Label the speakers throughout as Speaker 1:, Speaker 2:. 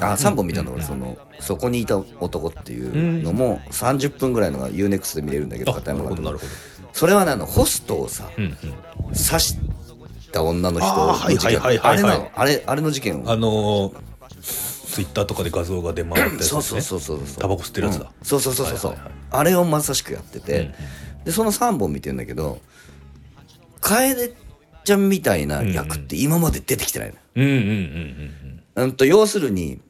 Speaker 1: あ3本見たんだ俺その「そこにいた男」っていうのも30分ぐらいのが UNEXT で見れるんだけど
Speaker 2: あ
Speaker 1: 片
Speaker 2: なる
Speaker 1: 山
Speaker 2: ほどな
Speaker 1: が
Speaker 2: るほど
Speaker 1: それはねあのホストをさ
Speaker 2: うんうん
Speaker 1: 刺した女の人
Speaker 2: あーはい
Speaker 1: の事件
Speaker 2: はいはい
Speaker 1: あ
Speaker 2: はい
Speaker 1: れ
Speaker 2: はい
Speaker 1: なのあれあれの事件を
Speaker 2: あのー、ツイッターとかで画像が出回ったやつ、ね、
Speaker 1: そうそうそうそうそう
Speaker 2: タバコ吸ってるやつだ
Speaker 1: うんそうそうそうそうそう、
Speaker 2: はいはいはい
Speaker 1: あれをまさしくやって
Speaker 2: うんう
Speaker 1: て
Speaker 2: ん、
Speaker 1: でその3本見てんだけど楓ちゃんみたいな役って今まで出てきてないの、
Speaker 2: うんうんうんうん
Speaker 1: うんと要するに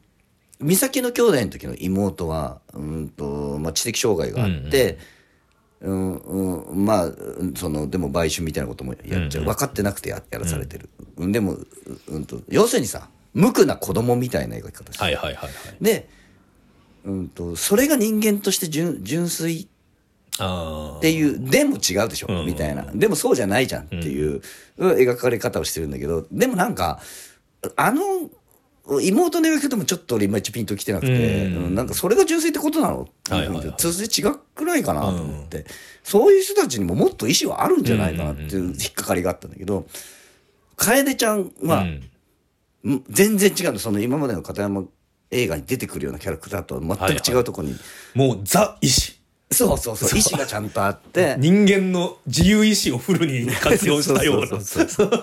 Speaker 1: 美咲の兄弟の時の妹は、うんとまあ、知的障害があって、うんうんまあうんそのでも売春みたいなこともやっちゃう、分かってなくてややらされてる、うんでも、うん、と要するにさ無垢な子供みたいな描き方してる
Speaker 2: はいはいはいはい
Speaker 1: で、うん、とそれが人間として純純粋っ
Speaker 2: ああ
Speaker 1: ていうでも違うでしょ、
Speaker 2: うん
Speaker 1: みたいなでもそうじゃないじゃんっていう、描かれ方をしてるんだけどでもなんかあの妹の描き方もちょっと俺いまいちピンときてなくて、
Speaker 2: うん
Speaker 1: うんなんかそれが純粋ってことなの、
Speaker 2: はいはいはい
Speaker 1: みたな通じ違くないかなと思って、そういう人たちにももっと意思はあるんじゃないかなっていう引っかかりがあったんだけど楓ちゃんは、
Speaker 2: うん
Speaker 1: ん全然違うのその今までの片山映画に出てくるようなキャラクターとは全く違うとこに、
Speaker 2: もうザ医師
Speaker 1: そうそうそう意思がちゃんとあ って
Speaker 2: 人間の自由意志をフルに活用したような
Speaker 1: そうそうそうそ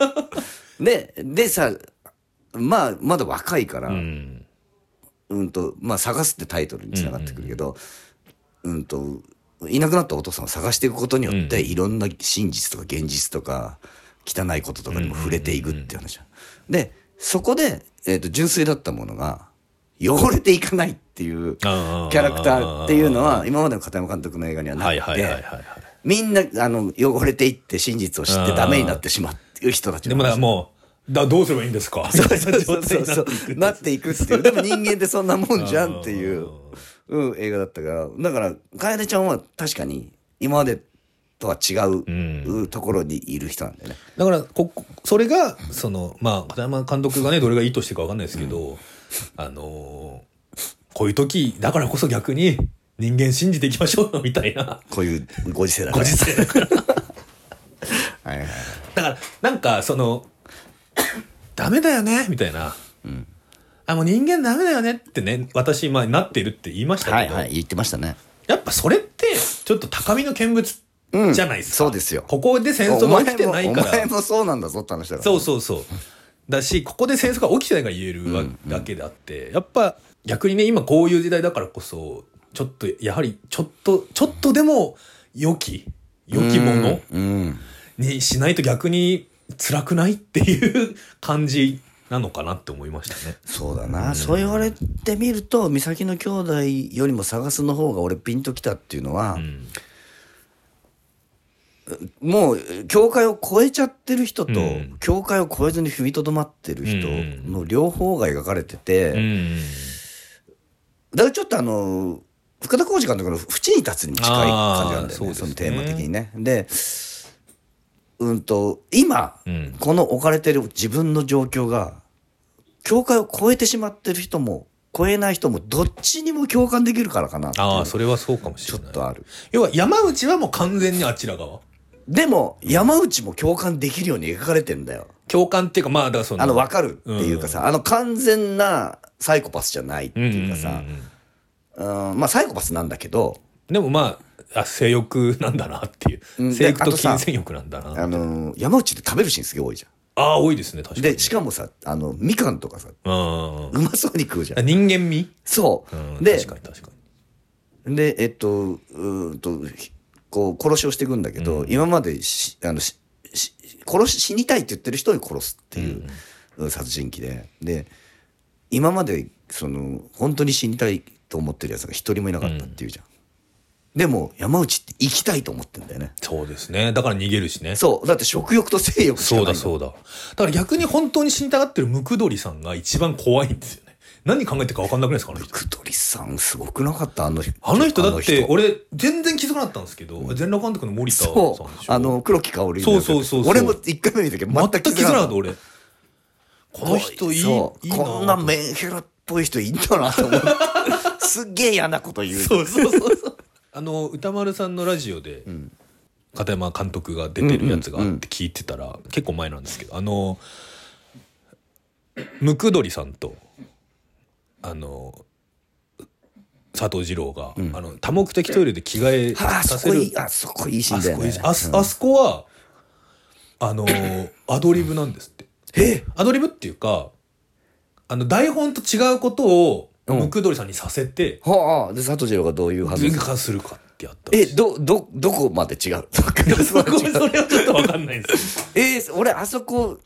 Speaker 1: うででさまあまだ若いから「う、
Speaker 2: うんん
Speaker 1: とまあ探す」ってタイトルにつながってくるけど、うんといなくなったお父さんを探していくことによって、いろんな真実とか現実とか汚いこととかにも触れていくっていう話、でそこで、えー、と純粋だったものが汚れていかないっていう。
Speaker 2: あ
Speaker 1: キャラクターっていうのは今までの片山監督の映画にはな
Speaker 2: はい
Speaker 1: く
Speaker 2: はいはいはい
Speaker 1: て
Speaker 2: はい
Speaker 1: みんなあの汚れていって真実を知ってダメになってしまうっていう人たち
Speaker 2: で
Speaker 1: の
Speaker 2: もだから
Speaker 1: 話
Speaker 2: もうだどうすればいいんですか
Speaker 1: そうそうそうそう
Speaker 2: みたいな状態になっていく
Speaker 1: なっていくっていうでも人間ってそんなもんじゃんってい
Speaker 2: あ
Speaker 1: う、うん、映画だったからだから楓ちゃんは確かに今までとは違う、
Speaker 2: ん
Speaker 1: ところにいる人なんだよね。
Speaker 2: だからここそれがそのまあ片山監督がねどれがいいとしてるかわかんないですけど、あのーこういう時だからこそ逆に人間信じていきましょうみたいな
Speaker 1: こういうご時世だか
Speaker 2: ご
Speaker 1: ら。
Speaker 2: 時世だからだ
Speaker 1: はいはいはい
Speaker 2: からなんかそのダメだよねみたいな、あもう人間ダメだよねってね私まあなってるって言いました
Speaker 1: は
Speaker 2: け
Speaker 1: い
Speaker 2: ど、
Speaker 1: はい言ってましたね。
Speaker 2: やっぱそれってちょっと高みの見物じゃないですか、
Speaker 1: うんそうですよ
Speaker 2: ここで戦
Speaker 1: お
Speaker 2: 争が
Speaker 1: 前
Speaker 2: 起きて
Speaker 1: も
Speaker 2: ない
Speaker 1: お
Speaker 2: から
Speaker 1: 前もそうなんだぞって話だから。
Speaker 2: そうそうそう。だし、ここで戦争が起きてないから言えるわだけであって、やっぱ逆にね、今こういう時代だからこそ、ちょっと、やはり、ちょっと、ちょっとでも、良き、良きもの
Speaker 1: うん。
Speaker 2: にしないと逆に辛くないっていう感じなのかなって思いましたね。
Speaker 1: そうだな、そう言われてみると美咲の兄弟よりも探すの方が俺ピンときたっていうのは
Speaker 2: う、ん。
Speaker 1: もう境界を越えちゃってる人と、
Speaker 2: うん
Speaker 1: 境界を越えずに踏みとどまってる人
Speaker 2: うん
Speaker 1: の両方が描かれてて、
Speaker 2: うん。
Speaker 1: だからちょっとあの深田浩二監督の「縁に立つ」に近い感じなん
Speaker 2: あー
Speaker 1: だよ
Speaker 2: そう
Speaker 1: ね
Speaker 2: です
Speaker 1: そ
Speaker 2: ね
Speaker 1: のテーマ的にね。でうんと今、
Speaker 2: うん
Speaker 1: この置かれてる自分の状況が境界を越えてしまってる人も越えない人もどっちにも共感できるからかなっていう
Speaker 2: ああ、それはそうかもし
Speaker 1: ちょっ
Speaker 2: れない。
Speaker 1: とある。
Speaker 2: 要は山内はもう完全にあちら側。
Speaker 1: でも山内も共感できるように描かれてんだよ。
Speaker 2: 共感っていうか、まあ、だからその。
Speaker 1: あの分かるっていうかさ、あの完全なサイコパスじゃないって
Speaker 2: うんうんうん
Speaker 1: いううんかさ、うんまあサイコパスなんだけど、
Speaker 2: でもまあ、あ性欲なんだなっていうう。
Speaker 1: ん
Speaker 2: 性欲
Speaker 1: であ
Speaker 2: と
Speaker 1: とさ
Speaker 2: 金銭欲なんだな。
Speaker 1: あのー山内って食べるシーンすげえ多いじゃ
Speaker 2: ああ、多いですね、確か
Speaker 1: ん。
Speaker 2: に。
Speaker 1: で、しかもさ、あの、みかんとかさ、
Speaker 2: うん
Speaker 1: うまそうに食うじゃん。
Speaker 2: 人間味、
Speaker 1: そ
Speaker 2: うん、
Speaker 1: う。で
Speaker 2: 確、かに確かに。
Speaker 1: で、えっと、うーんと、ひこう、殺しをしていくんだけど、今までし、あの、し、し殺し、死にたいって言ってる人に殺すっていう、うん殺人鬼で。で、今まで、その、本当に死にたいと思ってる奴が一人もいなかったっていうじゃん。でも、山内って生きたいと思ってんだよね。
Speaker 2: そうですね。だから逃げるしね。
Speaker 1: そう。だって食欲と性欲しか
Speaker 2: そ
Speaker 1: な
Speaker 2: う
Speaker 1: いん
Speaker 2: だそうだ。だから逆に本当に死にたがってるムクドリさんが一番怖いんですよね。何考えてるか分かんなくないですか、あの人。
Speaker 1: くどりさんすごくなかったあの人
Speaker 2: あの人だっ
Speaker 1: あ
Speaker 2: て
Speaker 1: の、人
Speaker 2: 俺、全然気づかなかったんですけど、全裸監督の森田さんでし
Speaker 1: そ
Speaker 2: ょ
Speaker 1: うあの黒木薫
Speaker 2: そうそうそうそう
Speaker 1: 俺も一回目見た時
Speaker 2: 全
Speaker 1: 全
Speaker 2: く
Speaker 1: く
Speaker 2: 気づかなかった、俺。この人いい、
Speaker 1: そう
Speaker 2: いいなぁ
Speaker 1: こんなメンヘラっぽい人いんだなと思って すっげえ嫌なこと言う
Speaker 2: そうそうそうそう。あの歌丸さんのラジオで、片山監督が出てるやつがあって聞いてたら、結構前なんですけどあのムクドリさんとあの佐藤二郎が、あの多目的トイレで着替え
Speaker 1: ああ
Speaker 2: さ
Speaker 1: そ
Speaker 2: せ
Speaker 1: こ
Speaker 2: る
Speaker 1: いいあそこいいシー
Speaker 2: あ
Speaker 1: ンだ
Speaker 2: そ
Speaker 1: よ
Speaker 2: こいい
Speaker 1: ね
Speaker 2: しあそあそこはあのアドリブなんですって
Speaker 1: え
Speaker 2: アドリブっていうかあの台本と違うことを
Speaker 1: うん
Speaker 2: ムクドリさんにさせて
Speaker 1: はあで佐藤二郎がどういう反応す
Speaker 2: 全
Speaker 1: る
Speaker 2: 化するかってやったらし
Speaker 1: え
Speaker 2: い
Speaker 1: どどどこまで違う
Speaker 2: そこそれはちょっと分かんないです
Speaker 1: えー俺あそこ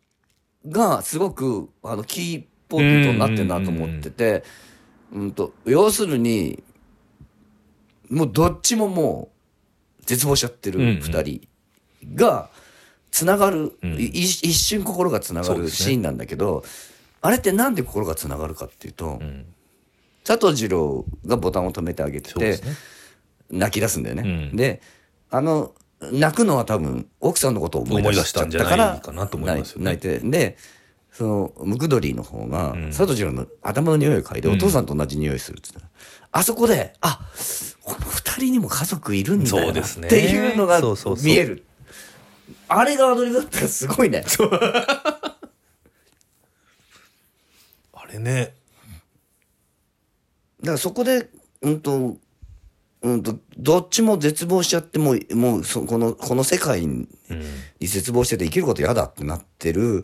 Speaker 1: がすごくあのキーポイントになってるなと思っててうんと要するにもうどっちももう絶望しちゃって
Speaker 2: うんう
Speaker 1: る
Speaker 2: ん
Speaker 1: 2人がつながる、
Speaker 2: ん
Speaker 1: い一一瞬心がつなが
Speaker 2: そう
Speaker 1: る
Speaker 2: ですね
Speaker 1: シーンなんだけど、あれってなんで心がつながるかっていうと、
Speaker 2: ん
Speaker 1: 佐藤二郎がボタンを止めてあげて
Speaker 2: そうで
Speaker 1: て、
Speaker 2: すね
Speaker 1: 泣き出すんだよね、
Speaker 2: うん
Speaker 1: であの泣くのは多分奥さんのことを思い出しちゃったか
Speaker 2: 思い出したんじゃな
Speaker 1: ら
Speaker 2: いかなと思いますよね
Speaker 1: 泣い泣いてでそのムクドリの方が、
Speaker 2: ん
Speaker 1: 佐藤二郎の頭の匂いを嗅いで、
Speaker 2: うん
Speaker 1: お父さんと同じ匂いするって言ったらあそこであこの二人にも家族いるんだ
Speaker 2: そう
Speaker 1: よな
Speaker 2: で
Speaker 1: っ
Speaker 2: すね
Speaker 1: ていうのが
Speaker 2: そうそうそう
Speaker 1: 見えるあれがアドリブだったらすごいね
Speaker 2: あれね
Speaker 1: だからそこで、うんと、うんと、どっちも絶望しちゃって、もう、もうそ、この、この世界に絶望してて生きること嫌だってなってる、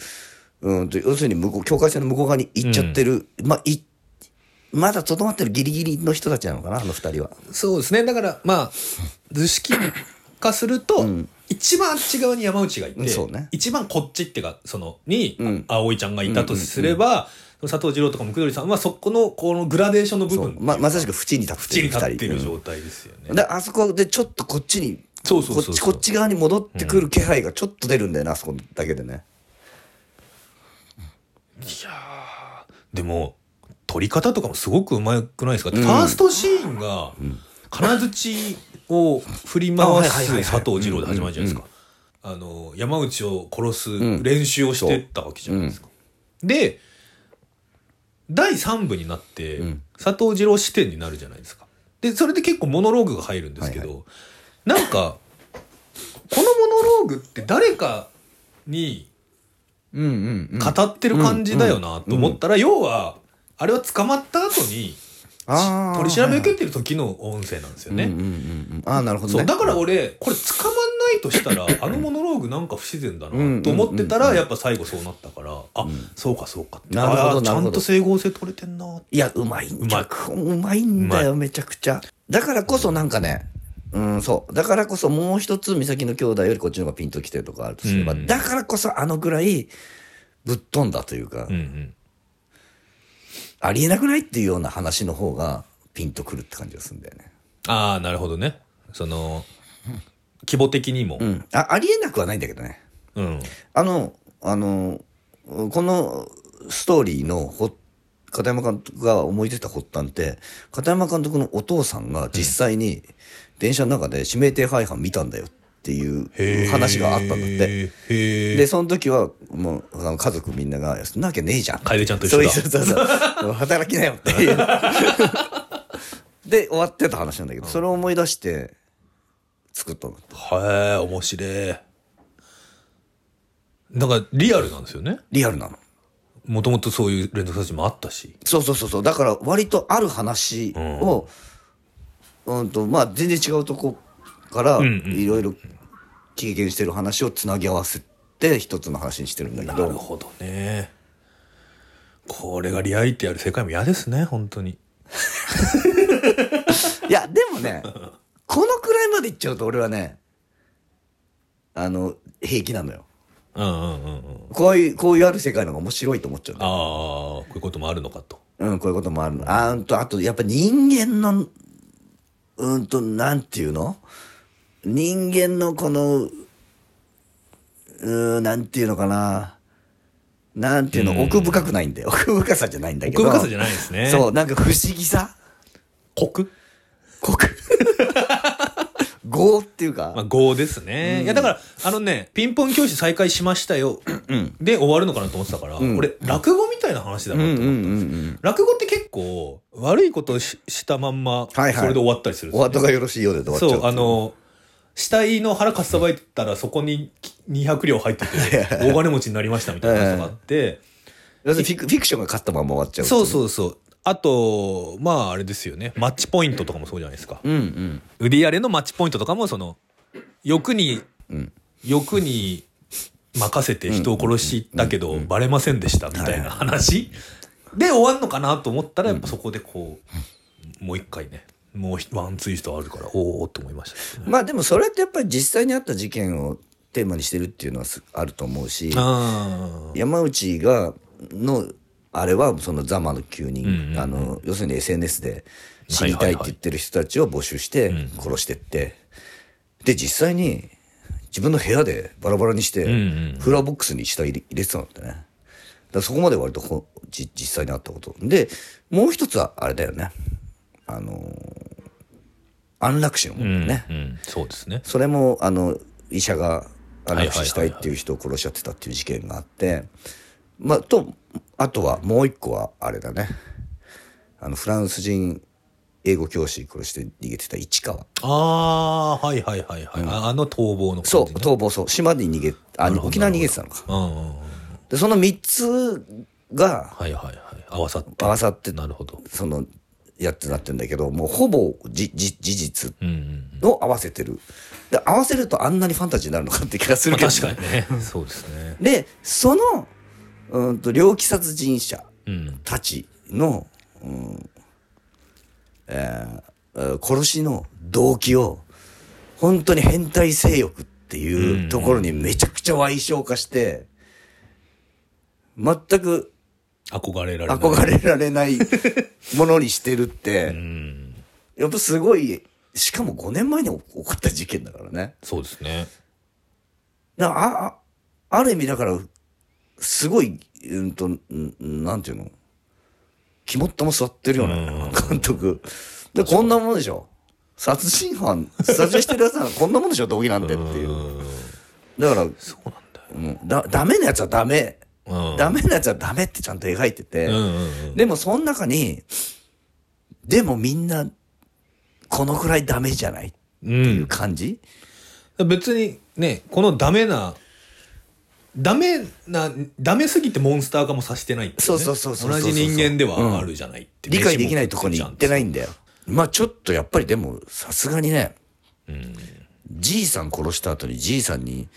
Speaker 1: うんと、要するに向こう、境界線の向こう側に行っちゃってる、まあ、い、まだとどまってるギリギリの人たちなのかな、あの二人は。
Speaker 2: そうですねだからまあ図式化すると、
Speaker 1: ん
Speaker 2: 一番あっち側に山内がいて、
Speaker 1: うんそうね
Speaker 2: 一番こっちってかそのに、
Speaker 1: うん
Speaker 2: 葵ちゃんがいたとすれば、佐藤二郎とかムクドリさんはそこのこのグラデーションの部
Speaker 1: そう
Speaker 2: 分
Speaker 1: ま、まさしく縁に立って
Speaker 2: 縁に
Speaker 1: る
Speaker 2: 立
Speaker 1: 二
Speaker 2: って
Speaker 1: 人。
Speaker 2: る
Speaker 1: うん
Speaker 2: 状態ですよね、
Speaker 1: で、あそこでちょっとこっちに、
Speaker 2: そうそうそ
Speaker 1: こっ
Speaker 2: うそう
Speaker 1: ち、こっち側に戻ってくる気配がちょっと出るんだよな、あそこだけでね。
Speaker 2: いやーでも撮り方とかもすごくうまくないですか、
Speaker 1: ん
Speaker 2: ファーストシーンが金槌を振り
Speaker 1: あは
Speaker 2: 回
Speaker 1: いはいはいは
Speaker 2: す
Speaker 1: い
Speaker 2: 佐藤二郎で始まるじゃないですか、あの山内を殺す練習をしてったわけじゃないですか、で第3部になって
Speaker 1: ん
Speaker 2: 佐藤二郎視点になるじゃないですかでそれで結構モノローグが入るんですけど、なんかこのモノローグって誰かに
Speaker 1: うんうん、うん。
Speaker 2: 語ってる感じだよなと思ったら、要はあれは捕まった後に
Speaker 1: あー
Speaker 2: 取り調べ受けてる時の音声なんですよ
Speaker 1: うんう
Speaker 2: ね
Speaker 1: ん。うんうん、ああなるほど、ね、
Speaker 2: そうだから俺これ捕まんないとした らあのモノローグなんか不自然だ
Speaker 1: うん
Speaker 2: なと思ってた
Speaker 1: うんうんう
Speaker 2: らやっぱ最後そうなったからあそうかそうかって
Speaker 1: なるほど
Speaker 2: あー
Speaker 1: な
Speaker 2: ち
Speaker 1: る
Speaker 2: ゃ
Speaker 1: ほど
Speaker 2: んと整合性取れてんなって
Speaker 1: いやうまいんだ
Speaker 2: う
Speaker 1: ううまいんだ
Speaker 2: う
Speaker 1: よめちゃくちゃだからこそなんかねうんそうだからこそもう一つ美咲の兄弟よりこっちの方がピンときてるとかあるとすれば、
Speaker 2: うん
Speaker 1: だからこそあのぐらいぶっ飛んだというか、ありえなくないっていうような話の方がピンとくるって感じがするんだよね。
Speaker 2: ああなるほどねその規模的にも
Speaker 1: う、ん、あありえなくはないんだけどね。
Speaker 2: うん
Speaker 1: あの、あの、このストーリーのほ片山監督が思い出た発端って、片山監督のお父さんが実際に電車の中で指名手配犯見たんだよっていう話があったんだって。
Speaker 2: へえ
Speaker 1: で、その時は、もう、あの家族みんなが、そんなわけねえじゃん。
Speaker 2: 楓ちゃんと一緒だ
Speaker 1: そうそうそうそう。 働きなよっていう。で、終わってた話なんだけど、それを思い出して、作ったの。
Speaker 2: へえ面白いだからリアルなんですよね
Speaker 1: リアルなの。
Speaker 2: もともとそういう連続殺人もあったし
Speaker 1: そうそうそうそうだから割とある話を、うん、とまあ全然違うとこから
Speaker 2: んうん
Speaker 1: いろいろ経験してる話をつなぎ合わせて一つの話にしてるんだけど
Speaker 2: ほどねこれがリアリティある世界も嫌ですね本当に
Speaker 1: いやでもね このくらいまでいっちゃうと俺はねあの平気なのよ
Speaker 2: うんうんうんうん
Speaker 1: こういうこういうある世界の方が面白いと思っちゃう
Speaker 2: ああこういうこともあるのかと
Speaker 1: うん、こういうこともあるの。あーうんと、あと、やっぱ人間の、うんと、なんていうの人間のこの、うーん、なんていうのかな。なんていうの、奥深くないんだよ。奥深さじゃないんだけど。
Speaker 2: 奥深さじゃないですね
Speaker 1: そう、なんか不思議さ
Speaker 2: コク
Speaker 1: 濃 く。業っていうか。
Speaker 2: まあ業ですね、いやだからあのねピンポン教師再開しましたよ、で終わるのかなと思ってたから、
Speaker 1: ん
Speaker 2: 俺落語みたいな話だなと
Speaker 1: う
Speaker 2: 思
Speaker 1: んうん
Speaker 2: って、
Speaker 1: うんうん。
Speaker 2: 落語って結構悪いことをししたまんまそ
Speaker 1: はいは
Speaker 2: れ
Speaker 1: い
Speaker 2: で終わったりするんです
Speaker 1: お
Speaker 2: よね
Speaker 1: 後がよろしいようでで終わっちゃう
Speaker 2: そう、あの、死体の腹かっさばいたらそこに200両入って て、大金持ちになりましたみたいな話があって、
Speaker 1: 要するにフィクフィクションが勝ったまま終わっちゃう。
Speaker 2: そうそうそう。あと、まああれですよね。マッチポイントとかもそうじゃないですか。
Speaker 1: うんうん
Speaker 2: 売り上げのマッチポイントとかも、その、欲に、
Speaker 1: うん
Speaker 2: 欲に任せて人を殺したけど、バレませんでしたみたいな話で終わんのかなと思ったら、やっぱそこでこう、もう一回ね、もうひワンツイストあるから、おーおーと思いましたね。
Speaker 1: まあでもそれってやっぱり実際にあった事件をテーマにしてるっていうのはすあると思うし
Speaker 2: あー
Speaker 1: 山内がのあれはそのザ・マの9人、
Speaker 2: うんうんうん
Speaker 1: あの要するに SNS で死にたいって言ってる人たちを募集して殺してって、で実際に自分の部屋でバラバラにして、
Speaker 2: んうん
Speaker 1: フラーボックスに下入れ入れてたんだってねだからそこまで割とこうじ実際にあったことでもう一つはあれだよねあのー安楽死の
Speaker 2: う
Speaker 1: 問題
Speaker 2: ん
Speaker 1: ね、
Speaker 2: うん、そうですね。
Speaker 1: それもあの医者が安
Speaker 2: はいはいはいはい
Speaker 1: 楽死したいっていう人を殺しちゃってたっていう事件があって、まあ、とあとはもう一個はあれだねあのフランス人英語教師殺して逃げてた市川
Speaker 2: ああ、はいはいはいはい。ああの逃亡の
Speaker 1: そう
Speaker 2: 感じ、ね。
Speaker 1: 逃亡そう島に逃げあ
Speaker 2: るほど
Speaker 1: 沖縄に逃げてたのか
Speaker 2: うんうんうん。
Speaker 1: でその3つが
Speaker 2: はいはいはい。合わさって。
Speaker 1: 合わさって
Speaker 2: なるほど。
Speaker 1: そのやってなってんだけどもうほぼじじ事実
Speaker 2: うんうん。
Speaker 1: を合わせてるで合わせるとあんなにファンタジーになるのかって気がする
Speaker 2: まあ、
Speaker 1: けど、
Speaker 2: 確かに ね。そうですね。
Speaker 1: でそのうんと猟奇殺人者
Speaker 2: うん。
Speaker 1: たちの、うんえーえー殺しの動機を本当に変態性欲っていうところにめちゃくちゃ歪償化して全く
Speaker 2: 憧れられない。
Speaker 1: 憧れられ ないものにしてるっ
Speaker 2: う
Speaker 1: て
Speaker 2: ん。
Speaker 1: やっぱすごいしかも5年前に起こった事件だからね。
Speaker 2: そうですね。
Speaker 1: だからああある意味だからすごい、うんとうんなんていうの肝っ玉座ってるよね監督でこんなもんでしょ殺人犯殺人してるやつはこんなもんでしょ動機なんてっていう
Speaker 2: うん。
Speaker 1: だから、
Speaker 2: そうなんだよ。
Speaker 1: うん、だダメなやつはダメ
Speaker 2: うん。
Speaker 1: ダメなやつはダメってちゃんと描いてて、
Speaker 2: うんうんうん。
Speaker 1: でもその中にでもみんなこのくらいダメじゃないっていう感じ、
Speaker 2: 別にね、このダメな、ダメな、ダメすぎてモンスター化もさせてないっていね
Speaker 1: そうそうそうそうそう
Speaker 2: 同じ人間ではあるじゃないって。。
Speaker 1: 理解できないとこに行ってないいんだよ。まあちょっとやっぱりでもさすがにね、じいさん殺した後にじいさんに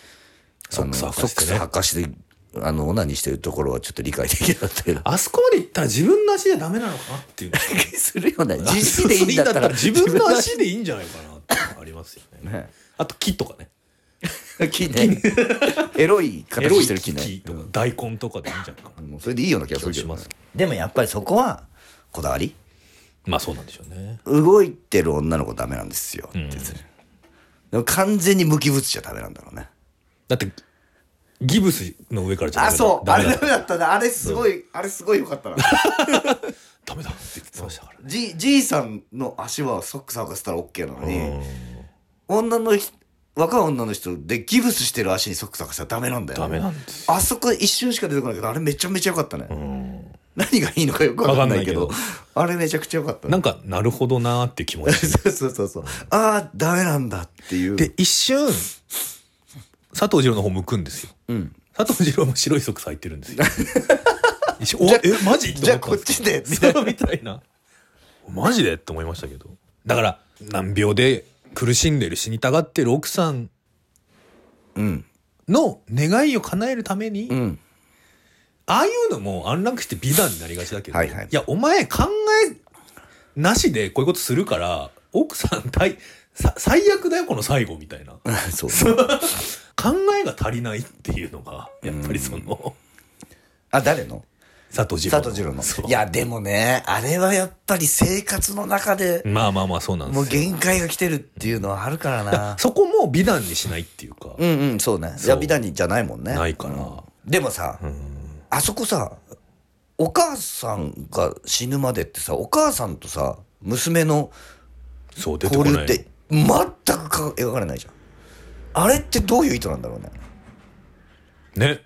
Speaker 2: ソ
Speaker 1: あ
Speaker 2: ッ
Speaker 1: の
Speaker 2: クス
Speaker 1: ソ
Speaker 2: 履か
Speaker 1: ッ
Speaker 2: して
Speaker 1: クス履かし
Speaker 2: ね
Speaker 1: てあのオナニーしてるところはちょっと理解できなかったけ ど。
Speaker 2: あそこまで行ったら自分の足じゃダメなのかなっていう。
Speaker 1: するよ ね。自身でいいんだったら
Speaker 2: 自分の足でいいんじゃないかなっていうのがありますよ ね。
Speaker 1: ね。
Speaker 2: あと木とかね。
Speaker 1: 木ね。エロい
Speaker 2: エ
Speaker 1: 形
Speaker 2: ロい
Speaker 1: してる木ね。
Speaker 2: 木とか大根とかでいいんじゃないかな。
Speaker 1: もうそれでいいような気がするけ
Speaker 2: 気
Speaker 1: ど
Speaker 2: が
Speaker 1: ね
Speaker 2: します。
Speaker 1: でもやっぱりそこはこだわり。
Speaker 2: まあそうなんでしょうね。
Speaker 1: 動いてる女の子ダメなんですよ。ってやつでも完全に無機物じゃダメなんだろうね。
Speaker 2: だって、ギブスの上からじゃ
Speaker 1: あ、そう。あれ
Speaker 2: だ
Speaker 1: ダメだったね。あれすごい、あれすごいよかったな。
Speaker 2: ダメだって言ってましたからね。
Speaker 1: じ、じいさんの足はソックス履かせたら OK なの
Speaker 2: うん
Speaker 1: に、女の人、若い女の人でギブスしてる足にソックス履かせたらダメなんだよ。
Speaker 2: ダメなんです
Speaker 1: あそこ一瞬しか出てこないけど、あれめちゃめちゃよかったね。
Speaker 2: うん
Speaker 1: 何がいいのかよくわかんないけ
Speaker 2: わ
Speaker 1: ど
Speaker 2: かん、
Speaker 1: あれめちゃくちゃよかった
Speaker 2: な
Speaker 1: ね。
Speaker 2: んか、なるほどなーって気持ち。
Speaker 1: そうそうそうそう。ああ、ダメなんだっていう。
Speaker 2: で、一瞬、佐藤二郎の方向くんですよ。
Speaker 1: うん。
Speaker 2: 佐藤二郎も白いソックス履いてるんです よ。一瞬おえ、マジ
Speaker 1: じゃあ
Speaker 2: と思ったんすよ
Speaker 1: こっちでみ
Speaker 2: そうみたいな。マジでって思いましたけど。だから、難病で苦しんでる死にたがってる奥さん
Speaker 1: うん。
Speaker 2: の願いを叶えるために、
Speaker 1: うん。
Speaker 2: ああいうのも安楽して美談になりがちだけど、
Speaker 1: はいはい
Speaker 2: や、お前考えなしでこういうことするから、奥さん大、さ最悪だよ、この最後みたいな。
Speaker 1: そう。
Speaker 2: 考えが足りないっていうのが、やっぱりその、
Speaker 1: あ、誰の
Speaker 2: 佐藤二郎。
Speaker 1: 佐藤二郎の
Speaker 2: そう。
Speaker 1: いや、でもね、あれはやっぱり生活の中で、
Speaker 2: まあまあまあ、そうなん
Speaker 1: も
Speaker 2: で
Speaker 1: う
Speaker 2: すよ。
Speaker 1: 限界が来てるっていうのはあるからな。
Speaker 2: そこも美談にしないっていうか、
Speaker 1: うんうん、そうね。
Speaker 2: そう
Speaker 1: ヤビダニじゃないもんね。
Speaker 2: ないから
Speaker 1: うんでもさ、あそこさ、お母さんが死ぬまでってさ、お母さんとさ、娘の
Speaker 2: そう、出てこ
Speaker 1: 交
Speaker 2: な
Speaker 1: 流
Speaker 2: い。
Speaker 1: って全くか描かれないじゃん。あれってどういう意図なんだろうね。
Speaker 2: ね。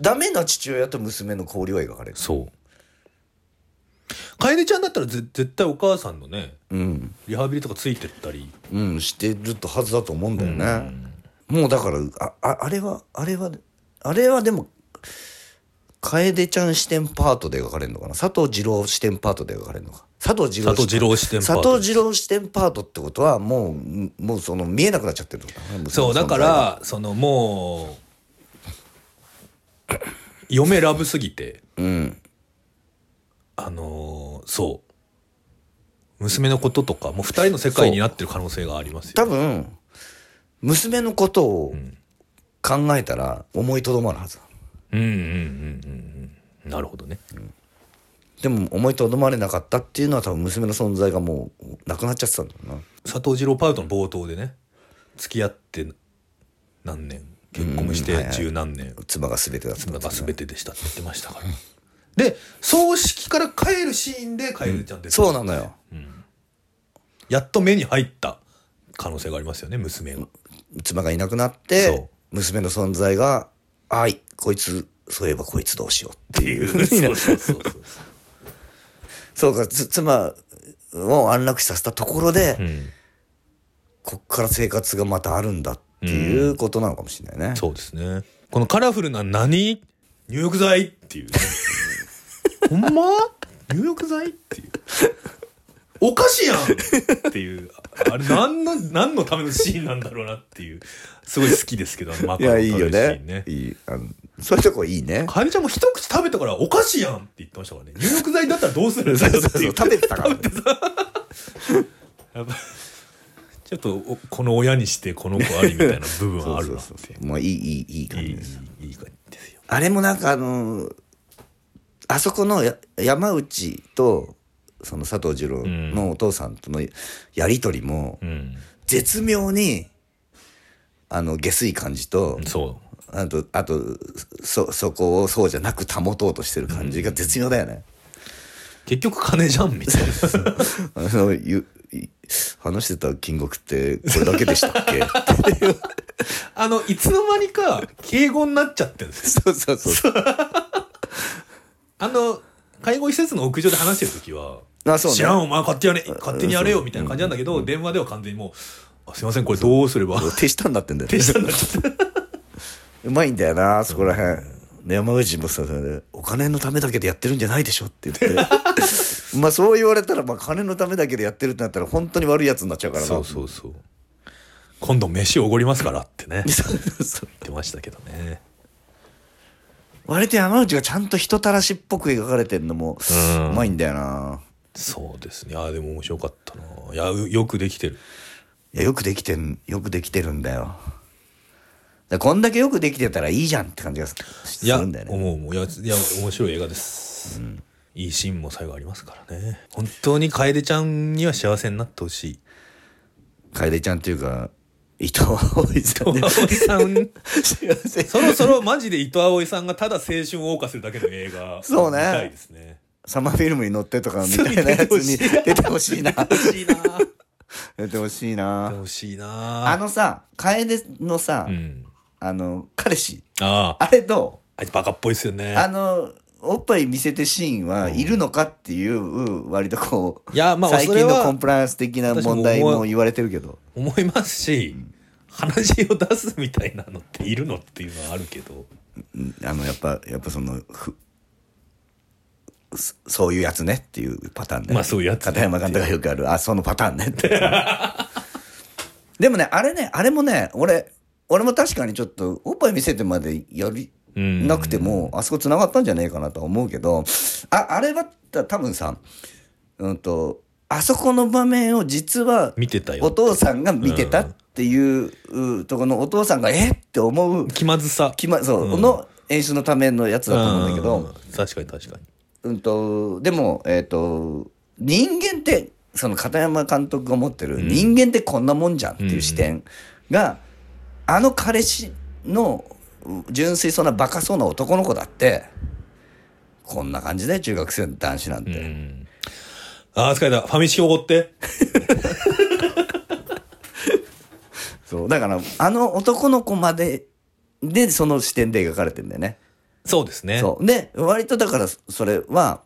Speaker 1: ダメな父親と娘の交流は描かれる。
Speaker 2: そう。楓ちゃんだったらぜ絶対お母さんのね、
Speaker 1: うん。
Speaker 2: リハビリとかついてったり、
Speaker 1: うん、してるとはずだと思うんだよね。もうだから、あ、ああれは、あれは、あれはでも、楓ちゃん視点パートで描かれるのかな佐藤二郎視点パートで描かれるのか佐藤二郎
Speaker 2: 佐藤二郎視点パート
Speaker 1: 佐藤二郎視点パートってことはもうんもうその見えなくなっちゃってるってことねも
Speaker 2: そうだからそのもう嫁ラブすぎて
Speaker 1: うん
Speaker 2: あのーそう娘のこととかもう2人の世界になってる可能性がありますよ
Speaker 1: 多分娘のことを考えたら思いとどまるはず
Speaker 2: うんうんうんうんうんなるほどね
Speaker 1: でも思いとどまれなかったっていうのは多分娘の存在がもうなくなっちゃってたんだろうな
Speaker 2: 佐藤二郎パウトの冒頭でね付き合って何年結婚し
Speaker 1: うんはい
Speaker 2: て
Speaker 1: はい
Speaker 2: 十何年
Speaker 1: 妻が全てだった
Speaker 2: 妻が全てでしたって言ってましたからで葬式から帰るシーンで帰るちゃんって、
Speaker 1: そうなのよ
Speaker 2: やっと目に入った可能性がありますよね娘が
Speaker 1: 妻がいなくなっ
Speaker 2: そう
Speaker 1: て娘の存在が「あいこいつそういえばこいつどうしよう」っていう
Speaker 2: そうそうそうそう
Speaker 1: そうかつ妻を安楽死させたところで、
Speaker 2: うん
Speaker 1: こっから生活がまたあるんだっていうことなのかもしれないね、
Speaker 2: そうですねこのカラフルな何入浴剤っていうね、ほんま入浴剤っていうお菓子やんっていうあれ何の何のためのシーンなんだろうなっていうすごい好きですけどあのマ
Speaker 1: い
Speaker 2: カロン
Speaker 1: や
Speaker 2: 食
Speaker 1: いい
Speaker 2: べ
Speaker 1: よ
Speaker 2: るシー
Speaker 1: ね
Speaker 2: ンね
Speaker 1: いいあのそういうとこいい ね
Speaker 2: かえりちゃんも一口食べたからお菓子やんって言ってましたからね入浴剤だったらどうするんだよっていう
Speaker 1: 食べてたから、ね、
Speaker 2: やっぱちょっとおこの親にしてこの子ありみたいな部分はあるなっていう
Speaker 1: もういいいいいい感
Speaker 2: い
Speaker 1: じ
Speaker 2: い
Speaker 1: です
Speaker 2: いい感じですよ
Speaker 1: あれもなんかあのーあそこのや山内とその佐藤二郎のお父さんとのやりとりも
Speaker 2: うん
Speaker 1: 絶妙にあの下水感じと、
Speaker 2: そ
Speaker 1: あとあとそそこをそうじゃなく保とうとしてる感じが絶妙だよね。
Speaker 2: う結局金じゃんみたいな
Speaker 1: あのゆい話してた金額ってこれだけでしたっけって
Speaker 2: あのいつの間にか敬語になっちゃってるんです よ
Speaker 1: そうそうそう。
Speaker 2: あの介護施設の屋上で話してる時は
Speaker 1: あそうね
Speaker 2: 知らんお前勝手やれ勝手にやれよみたいな感じなんだけど、電話では完全にもうあすいませんこれどうすれば
Speaker 1: 手下になってんだよね
Speaker 2: 手下になっちゃって
Speaker 1: うまいんだよなそこら辺、ね、山口もさお金のためだけでやってるんじゃないでしょって言って まあそう言われたら、まあ、金のためだけでやってるってなったら本当に悪いやつになっちゃうからな
Speaker 2: そうそうそう今度飯おごりますからってね言
Speaker 1: そうそうそう
Speaker 2: ってましたけどね
Speaker 1: 割と山内がちゃんと人たらしっぽく描かれてるのも
Speaker 2: うん
Speaker 1: うまいんだよな、
Speaker 2: そうですねああでも面白かったないやうよくできてる
Speaker 1: いやよくできてんよくできてるんだよだからこんだけよくできてたらいいじゃんって感じがすす
Speaker 2: いや
Speaker 1: るんだよね
Speaker 2: 思うもういやいや面白い映画です、いいシーンも最後ありますからね本当に楓ちゃんには幸せになってほしい
Speaker 1: 楓ちゃんっていうか伊藤葵さ んね
Speaker 2: 葵さん
Speaker 1: 幸せ
Speaker 2: そろそろマジで伊藤葵さんがただ青春を謳歌するだけの映画
Speaker 1: そうね
Speaker 2: 見たいですね
Speaker 1: サマーフィルムに乗ってとかみたいなやつに出てほ しいな。
Speaker 2: 欲しいな
Speaker 1: 出てほしいな。
Speaker 2: 欲しい
Speaker 1: あ
Speaker 2: な
Speaker 1: のさ、楓のさ、
Speaker 2: うん
Speaker 1: あの、彼氏。
Speaker 2: ああ
Speaker 1: あれど
Speaker 2: あいつバカっぽいっすよ
Speaker 1: う
Speaker 2: ね
Speaker 1: あの、おっぱい見せてシーンはいるのかっていう、割とこう、
Speaker 2: いやまあ
Speaker 1: 最
Speaker 2: それ
Speaker 1: 近の
Speaker 2: は
Speaker 1: コンプライアンス的な問題も言われてるけど。
Speaker 2: 思いますし、話を出すみたいなのっているのっていうのはあるけど
Speaker 1: うんあの、やっぱ、やっぱその、ふそそういうやつねっていうパターンね。
Speaker 2: まあそういうやつね
Speaker 1: 片山監督がよくある、あ、そのパターンね って。でもね、あれね、あれもね、俺、俺も確かにちょっと、おっぱい見せてまでやり、
Speaker 2: うん
Speaker 1: なくても、あそこ繋がったんじゃねえかなとは思うけど、あ、あれはた多分さ、うんと、あそこの場面を実は、
Speaker 2: 見てた
Speaker 1: お
Speaker 2: よ
Speaker 1: 父さんが見てた
Speaker 2: うん
Speaker 1: っていう、うとこのお父さんが、えって思う、
Speaker 2: 気まずさ
Speaker 1: きま、そう、
Speaker 2: うん
Speaker 1: の演出のためのやつだと思うんだけど、
Speaker 2: うん確かに確かに
Speaker 1: うんと、でも、えっ、と、人間って、その片山監督が持ってる、人間ってこんなもんじゃんっていう視点が、あの彼氏のう純粋そうなバカそうな男の子だって、こんな感じだよ、中学生の男子なんて。
Speaker 2: うんああ疲れたファミチキおごって
Speaker 1: そう。だから、あの男の子まで、で、その視点で描かれてんだよね。
Speaker 2: そうですね
Speaker 1: そう。で、割とだから、それは、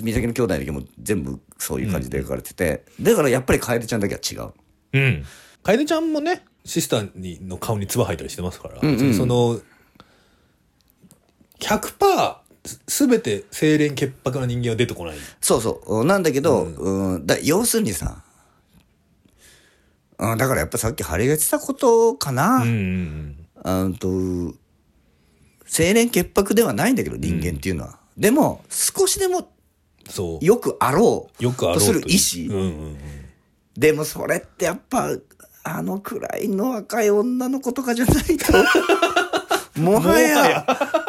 Speaker 1: 三崎の兄弟の時も全部そういう感じで描かれてて、だからやっぱり楓ちゃんだけは違う。
Speaker 2: うん楓ちゃんもねシスターにの顔に唾吐いたりしてますから、
Speaker 1: うんうん
Speaker 2: その100%すべて清廉潔白な人間は出てこない。
Speaker 1: そうそううん。なんだけど、
Speaker 2: うん
Speaker 1: うん、だ要するにさ、うん、だからやっぱさっきハリが言ってたことかな。
Speaker 2: うんうんうん。
Speaker 1: あんと、清廉潔白ではないんだけど、人間っていうのは。でも、少しでも
Speaker 2: そう。よ
Speaker 1: よくあろう
Speaker 2: くあろう
Speaker 1: とする
Speaker 2: という
Speaker 1: 意志。
Speaker 2: うんうんうん。
Speaker 1: でもそれってやっぱ、あのくらいの若い女の子とかじゃないと。 もはや、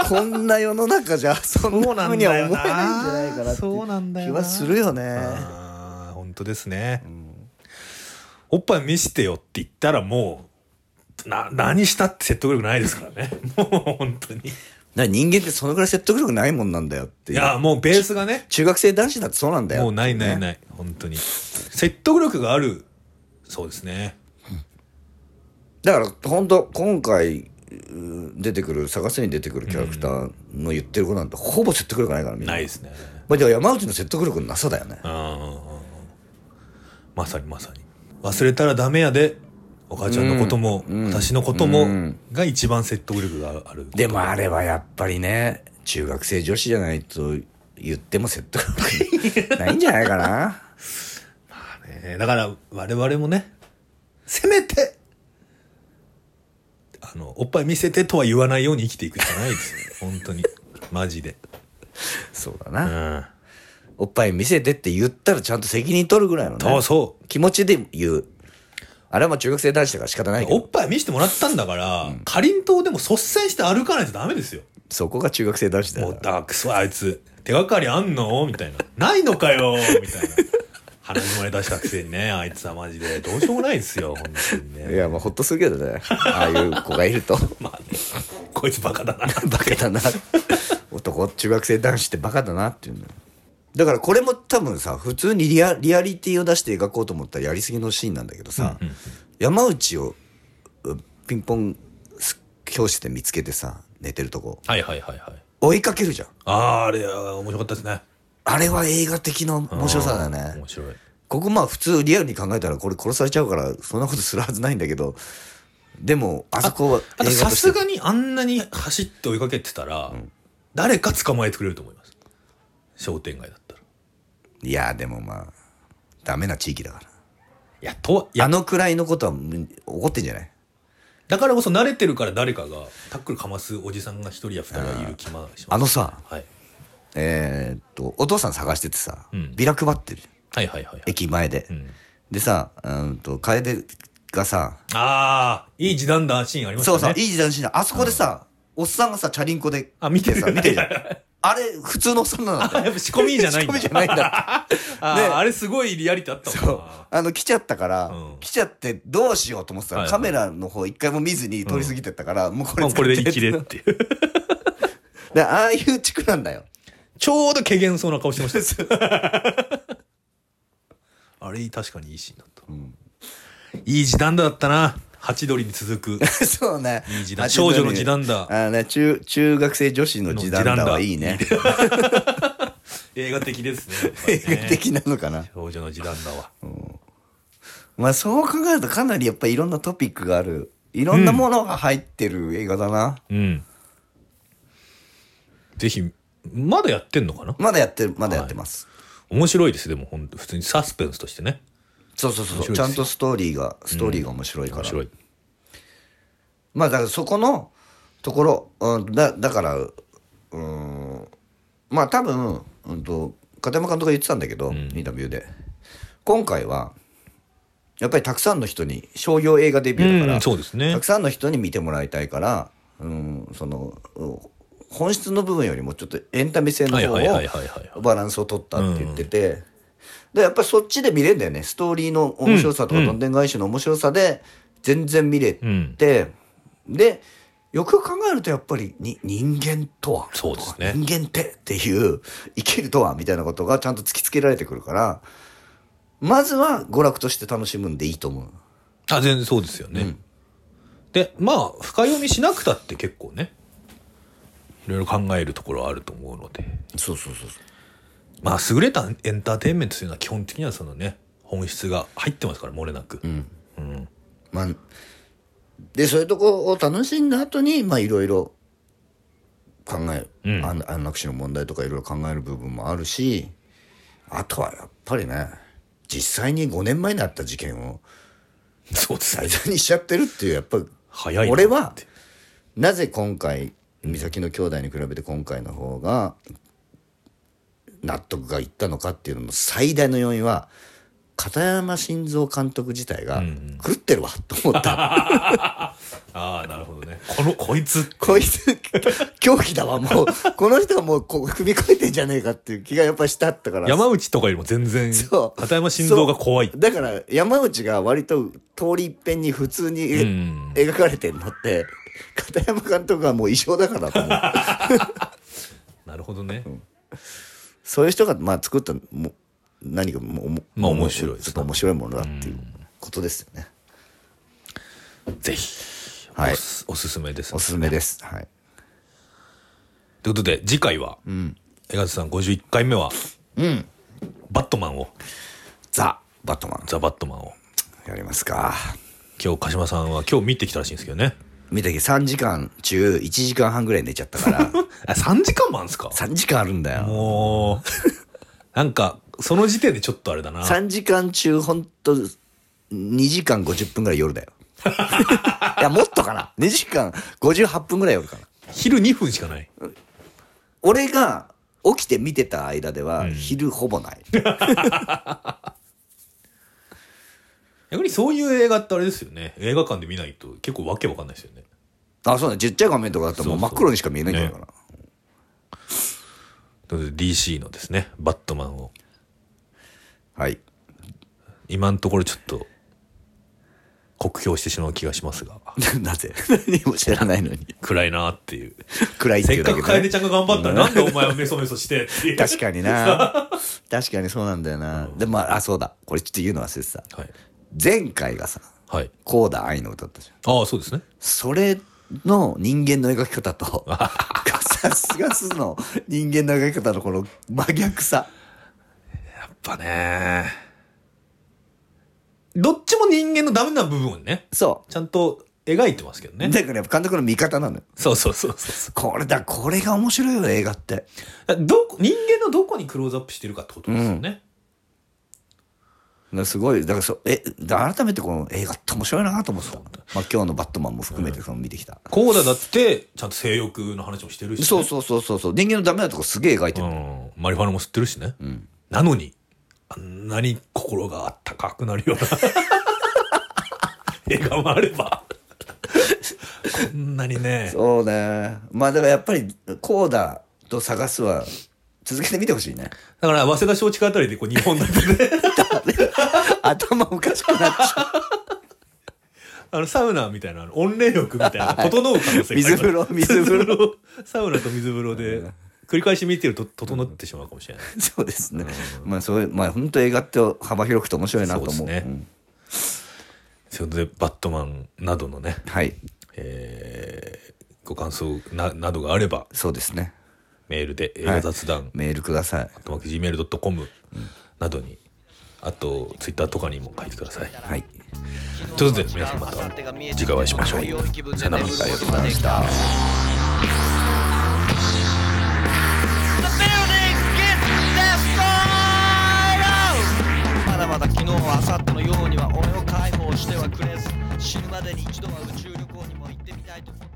Speaker 1: こんな世の中じゃ、そんなふうには思えないんじゃないかなって
Speaker 2: そうなんだ
Speaker 1: 気
Speaker 2: よ
Speaker 1: は
Speaker 2: な。
Speaker 1: するよね。
Speaker 2: ああ、本当ですね。おっぱい見せてよって言ったらもう、な、何したって説得力ないですから ね。もう本当に。い
Speaker 1: だから人間ってそのぐらい説得力ないもんなんだよっていう。
Speaker 2: や、もうベースがね、
Speaker 1: 中学生男子だってそうなんだよ。
Speaker 2: もうないない
Speaker 1: い。
Speaker 2: ない。本当に。説得力がある、そうですね。
Speaker 1: だから本当今回うん出てくる、探せに出てくるキャラクターの言ってることなんてほぼ説得力ないからみんな。
Speaker 2: ないですね。
Speaker 1: まあ、じゃあ山内の説得力のなさだよね。
Speaker 2: あまさにまさに。忘れたらダメやで、お母ちゃんのことも、
Speaker 1: うん
Speaker 2: 私のことも、
Speaker 1: うん
Speaker 2: が一番説得力がある。
Speaker 1: でもあれはやっぱりね、中学生女子じゃないと言っても説得力ないんじゃないかな。
Speaker 2: ねだから我々もね、せめて、あの、おっぱい見せてとは言わないように生きていくしかないです よ。本当に。マジで。
Speaker 1: そうだ
Speaker 2: う
Speaker 1: な、
Speaker 2: ん。
Speaker 1: おっぱい見せてって言ったらちゃんと責任取るぐらいのね。
Speaker 2: そうそ。
Speaker 1: 気持ちで言う。あれはまあ中学生男子だから仕方ないうけ
Speaker 2: お
Speaker 1: ど、
Speaker 2: っぱい見せてもらったんだから、かりんとうでも率先して歩かないとダメですよ。
Speaker 1: そこが中学生男子だ
Speaker 2: も
Speaker 1: よ
Speaker 2: う、。だ、くそ、あいつ、手がかりあんのみたいな。ないのかよみたいな。鼻に生まれ出したくせにね、あいつはマジで。どうしようもないですよ、本当に
Speaker 1: い
Speaker 2: ね。
Speaker 1: や、まあほっとするけどね。ああいう子がいると。
Speaker 2: まあね、こいつバカだな。
Speaker 1: バカだな。男、中学生男子ってバカだなっていうのよだからこれも多分さ、普通にリアリアリティを出して描こうと思ったらやりすぎのシーンなんだけどさ、山内をうピンポンす教室で見つけてさ、寝てるとこ、
Speaker 2: はいはいはいはい。
Speaker 1: 追いかけるじゃん。
Speaker 2: ああ、あれは面白かったですね。
Speaker 1: あれは映画的な面白さだよね
Speaker 2: 面。白い。
Speaker 1: ここまあ普通リアルに考えたらこれ殺されちゃうからそんなことするはずないんだけど、でもあそこは映
Speaker 2: あ
Speaker 1: 画
Speaker 2: と
Speaker 1: と
Speaker 2: さ
Speaker 1: して
Speaker 2: すがにあんなに走って追いかけてたら、誰か捕まえてくれると思います。商店街だったら。
Speaker 1: いや、でもまあ、ダメな地域だから。
Speaker 2: いや、とは、いや、
Speaker 1: あのくらいのことはうん起こってんじゃない
Speaker 2: だからこそ慣れてるから誰かがタックルかますおじさんが一人や二人がいる気がします。
Speaker 1: あのさ、
Speaker 2: はい。
Speaker 1: えーっと、お父さん探しててさ、
Speaker 2: うん
Speaker 1: ビラ配ってる。
Speaker 2: はいはいはいはい。
Speaker 1: 駅前で。
Speaker 2: うん、
Speaker 1: でさ、うんと、楓がさ、
Speaker 2: ああ、いい時短だシーンありました
Speaker 1: そう
Speaker 2: ね。
Speaker 1: そう、いい時代のシーンだあそこでさ、おっさんがさ、チャリンコで、
Speaker 2: あ見てる
Speaker 1: さ、見てるじゃん。あれ、普通のおっさんなんだっ
Speaker 2: あ やっぱ仕込みじゃないんだ。
Speaker 1: 仕込みじゃないん
Speaker 2: だ。 あ
Speaker 1: ね
Speaker 2: ーあれすごいリアリティあった
Speaker 1: て。
Speaker 2: も
Speaker 1: そ
Speaker 2: ん
Speaker 1: う
Speaker 2: な。
Speaker 1: あの、来ちゃったから、
Speaker 2: うん
Speaker 1: 来ちゃってどうしようと思ってたら、
Speaker 2: はいは
Speaker 1: カ
Speaker 2: い
Speaker 1: メラの方一回も見ずに通り過ぎてったから、もうこれ
Speaker 2: もうこれで
Speaker 1: 使
Speaker 2: 生
Speaker 1: って
Speaker 2: きれっていう。
Speaker 1: で、ああいう地区なんだよ。
Speaker 2: ちょうど怪げそうな顔してました。 あれ、確かにいいシーンだった。いい時短だったな。ハチドリに続 く。
Speaker 1: そうね。
Speaker 2: いい時短少女の時短だ
Speaker 1: ああね、中、中学生女子の時短だはいいね。
Speaker 2: 映画的ですね。
Speaker 1: 映画 的なのかな。
Speaker 2: 少女の時短だわ。
Speaker 1: まあそう考えるとかなりやっぱりいろんなトピックがある。いろんなものが入ってる映画だな。
Speaker 2: うん。ぜひ、まだやってんのかな
Speaker 1: まだやってる、まだやってます。
Speaker 2: 面白いです、でも本当普通にサスペンスとしてね。
Speaker 1: そうそうそう
Speaker 2: 面
Speaker 1: そう。ち
Speaker 2: 白いです
Speaker 1: ゃ
Speaker 2: よ
Speaker 1: んとストーリーが、ストーリーが面白いから。
Speaker 2: 面白い。
Speaker 1: まあだからそこのところ、うん、だだからうーんまあ多分、うん、と片山監督が言ってたんだけど、インタビューで今回はやっぱりたくさんの人に商業映画デビューだから、
Speaker 2: うんそうですね
Speaker 1: たくさんの人に見てもらいたいから、うん、そのうん本質の部分よりもちょっとエンタメ性の
Speaker 2: はい
Speaker 1: 方
Speaker 2: はいはいはいはい
Speaker 1: をバランスを取ったって言ってて。でやっぱりそっちで見れるんだよねストーリーの面白さとか、どんでん返しの面白さで全然見れて、
Speaker 2: うん
Speaker 1: でよくよく考えるとやっぱりに人間とは
Speaker 2: そうですね
Speaker 1: とか人間ってっていう生きるとはみたいなことがちゃんと突きつけられてくるからまずは娯楽として楽しむんでいいと思う
Speaker 2: あ、全然そうですよね。で、まあ、深読みしなくたって結構ね、いろいろ考えるところはあると思うので。
Speaker 1: そうそうそうそう
Speaker 2: まあ優れたエンターテインメントというのは基本的にはそのね本質が入ってますから漏れなく、
Speaker 1: まあでそういうとこを楽しんだ後にまあいろいろ考え、
Speaker 2: うん
Speaker 1: 安安楽死の問題とかいろいろ考える部分もあるしあとはやっぱりね実際に5年前にあった事件を
Speaker 2: そうです
Speaker 1: 題
Speaker 2: ね。
Speaker 1: 材にしちゃってるっていうやっぱ
Speaker 2: 早いな
Speaker 1: 俺はなぜ今回美咲の兄弟に比べて今回の方が納得がいったのかっていうのの最大の要因は片山晋三監督自体が狂ってるわと思った、
Speaker 2: ああ、なるほどね。この、こいつ。
Speaker 1: こいつ狂気だわもうこの人はもうここ踏み越えてんじゃねえかっていう気がやっぱしたったから
Speaker 2: 山内とかよりも全然
Speaker 1: そう、
Speaker 2: 片山晋三が怖い
Speaker 1: そ。うだから山内が割と通り一遍に普通に、
Speaker 2: うん。
Speaker 1: 描かれてんのって片山監督はもう異常だからと思 う
Speaker 2: なるほどね。
Speaker 1: そういう人がまあ作ったも何かもも
Speaker 2: まあ面白い
Speaker 1: もうちょっと面白いものだっていうことですよね、
Speaker 2: ぜひ。
Speaker 1: はい
Speaker 2: おす。おすすめです。
Speaker 1: おすすめですはい
Speaker 2: ということで、次回は、江頭さん51回目は、バットマンを、
Speaker 1: ザ・バットマン
Speaker 2: ザ・バットマンを。
Speaker 1: やりますか
Speaker 2: 今日、鹿島さんは今日見てきたらしいんですけどね。
Speaker 1: 見たけ3時間中1時間半ぐらい寝ちゃったから
Speaker 2: あ、3時間もあるんですか
Speaker 1: 3時間あるんだよ
Speaker 2: もう、なんか、その時点でちょっとあれだな。
Speaker 1: 3時間中ほんと2時間50分ぐらい夜 だよいやもっとかな2時間58分ぐらい夜かな
Speaker 2: 昼2分しかない。
Speaker 1: 俺が起きて見てた間では昼ほぼない、
Speaker 2: 逆にそういう映画ってあれですよね。映画館で見ないと結構わけわかんないですよね。
Speaker 1: あそうだちっちゃい画面とかだったらもう
Speaker 2: そ
Speaker 1: 真っ
Speaker 2: うそう
Speaker 1: 黒にしか見えないんじゃないかな、
Speaker 2: ということで DC のですね、バットマンを、
Speaker 1: はい
Speaker 2: 今のところちょっと、酷評してしまう気がしますが、
Speaker 1: なぜ何も知らないのに
Speaker 2: 暗いなって いう。
Speaker 1: 暗いって
Speaker 2: せ
Speaker 1: い
Speaker 2: っ
Speaker 1: うだ
Speaker 2: か
Speaker 1: け
Speaker 2: く
Speaker 1: で、
Speaker 2: 楓
Speaker 1: ね、
Speaker 2: ちゃんが頑張ったら、なんでお前はメソメソしてっていう。
Speaker 1: 確かに な確かにそうなんだよな、でまああそうだこれちょっと言うの忘れてた
Speaker 2: はい。
Speaker 1: 前回がさ
Speaker 2: はい。
Speaker 1: 「コーダ愛の歌」だったじゃん
Speaker 2: ああ、そうですね。
Speaker 1: それの人間の描き方とさすがすの人間の描き方のこの真逆さ
Speaker 2: やっぱね。どっちも人間のダメな部分をね、
Speaker 1: そ
Speaker 2: ちゃんと描いてますけど
Speaker 1: う
Speaker 2: ね。
Speaker 1: だからやっぱ監督の味方なのよ
Speaker 2: そうそうそうそ
Speaker 1: これだこれが面白いよ映画って
Speaker 2: う。どこ、人間のどこにクローズアップしてるかってことですよね。
Speaker 1: なすごいだからそうえだ改めてこの映画って面白いなと思ってた、まあ、今日の「バットマン」も含めてその見てきた、
Speaker 2: コーダだって、ちゃんと性欲の話もしてるし、ね。
Speaker 1: そうそうそうそうそう人間のダメなとこすげえ描いてる、
Speaker 2: うん。マリファナも吸ってるしね。なのに、あんなに心があったかくなるような映画もあれば。こんなにね。
Speaker 1: そうねまあだからやっぱりこうだと探すは続けてみてほしい ね
Speaker 2: だから、早稲田松竹あたりでこう日本だってね、
Speaker 1: 頭おかしくなっちゃ
Speaker 2: あの、サウナみたいな、あの温冷浴みたいな、整う可能性がある
Speaker 1: 水風呂水風
Speaker 2: 呂。 サウナと水風呂で、繰り返し見てると整ってしまうかもしれない。
Speaker 1: う そうですね、まあそういうまあ本当映画って幅広くて面白いなと思う
Speaker 2: そうですね
Speaker 1: ん
Speaker 2: それで、バットマンなどのね、
Speaker 1: はい
Speaker 2: えーご感想ななどがあれば、
Speaker 1: そうですね
Speaker 2: メールで映画雑談、
Speaker 1: メールください
Speaker 2: とまく gmail.com などに、あと、ツイッターとかにも書いてください。
Speaker 1: はい
Speaker 2: ということで、皆さんまた次回お会いしましょう。さ
Speaker 1: ありが
Speaker 2: よなら。
Speaker 1: とうございました
Speaker 3: The building gets left side out! まだまだ昨日明後日のようには俺を解放してはくれず死ぬまでに一度は宇宙旅行にも行ってみたいと思って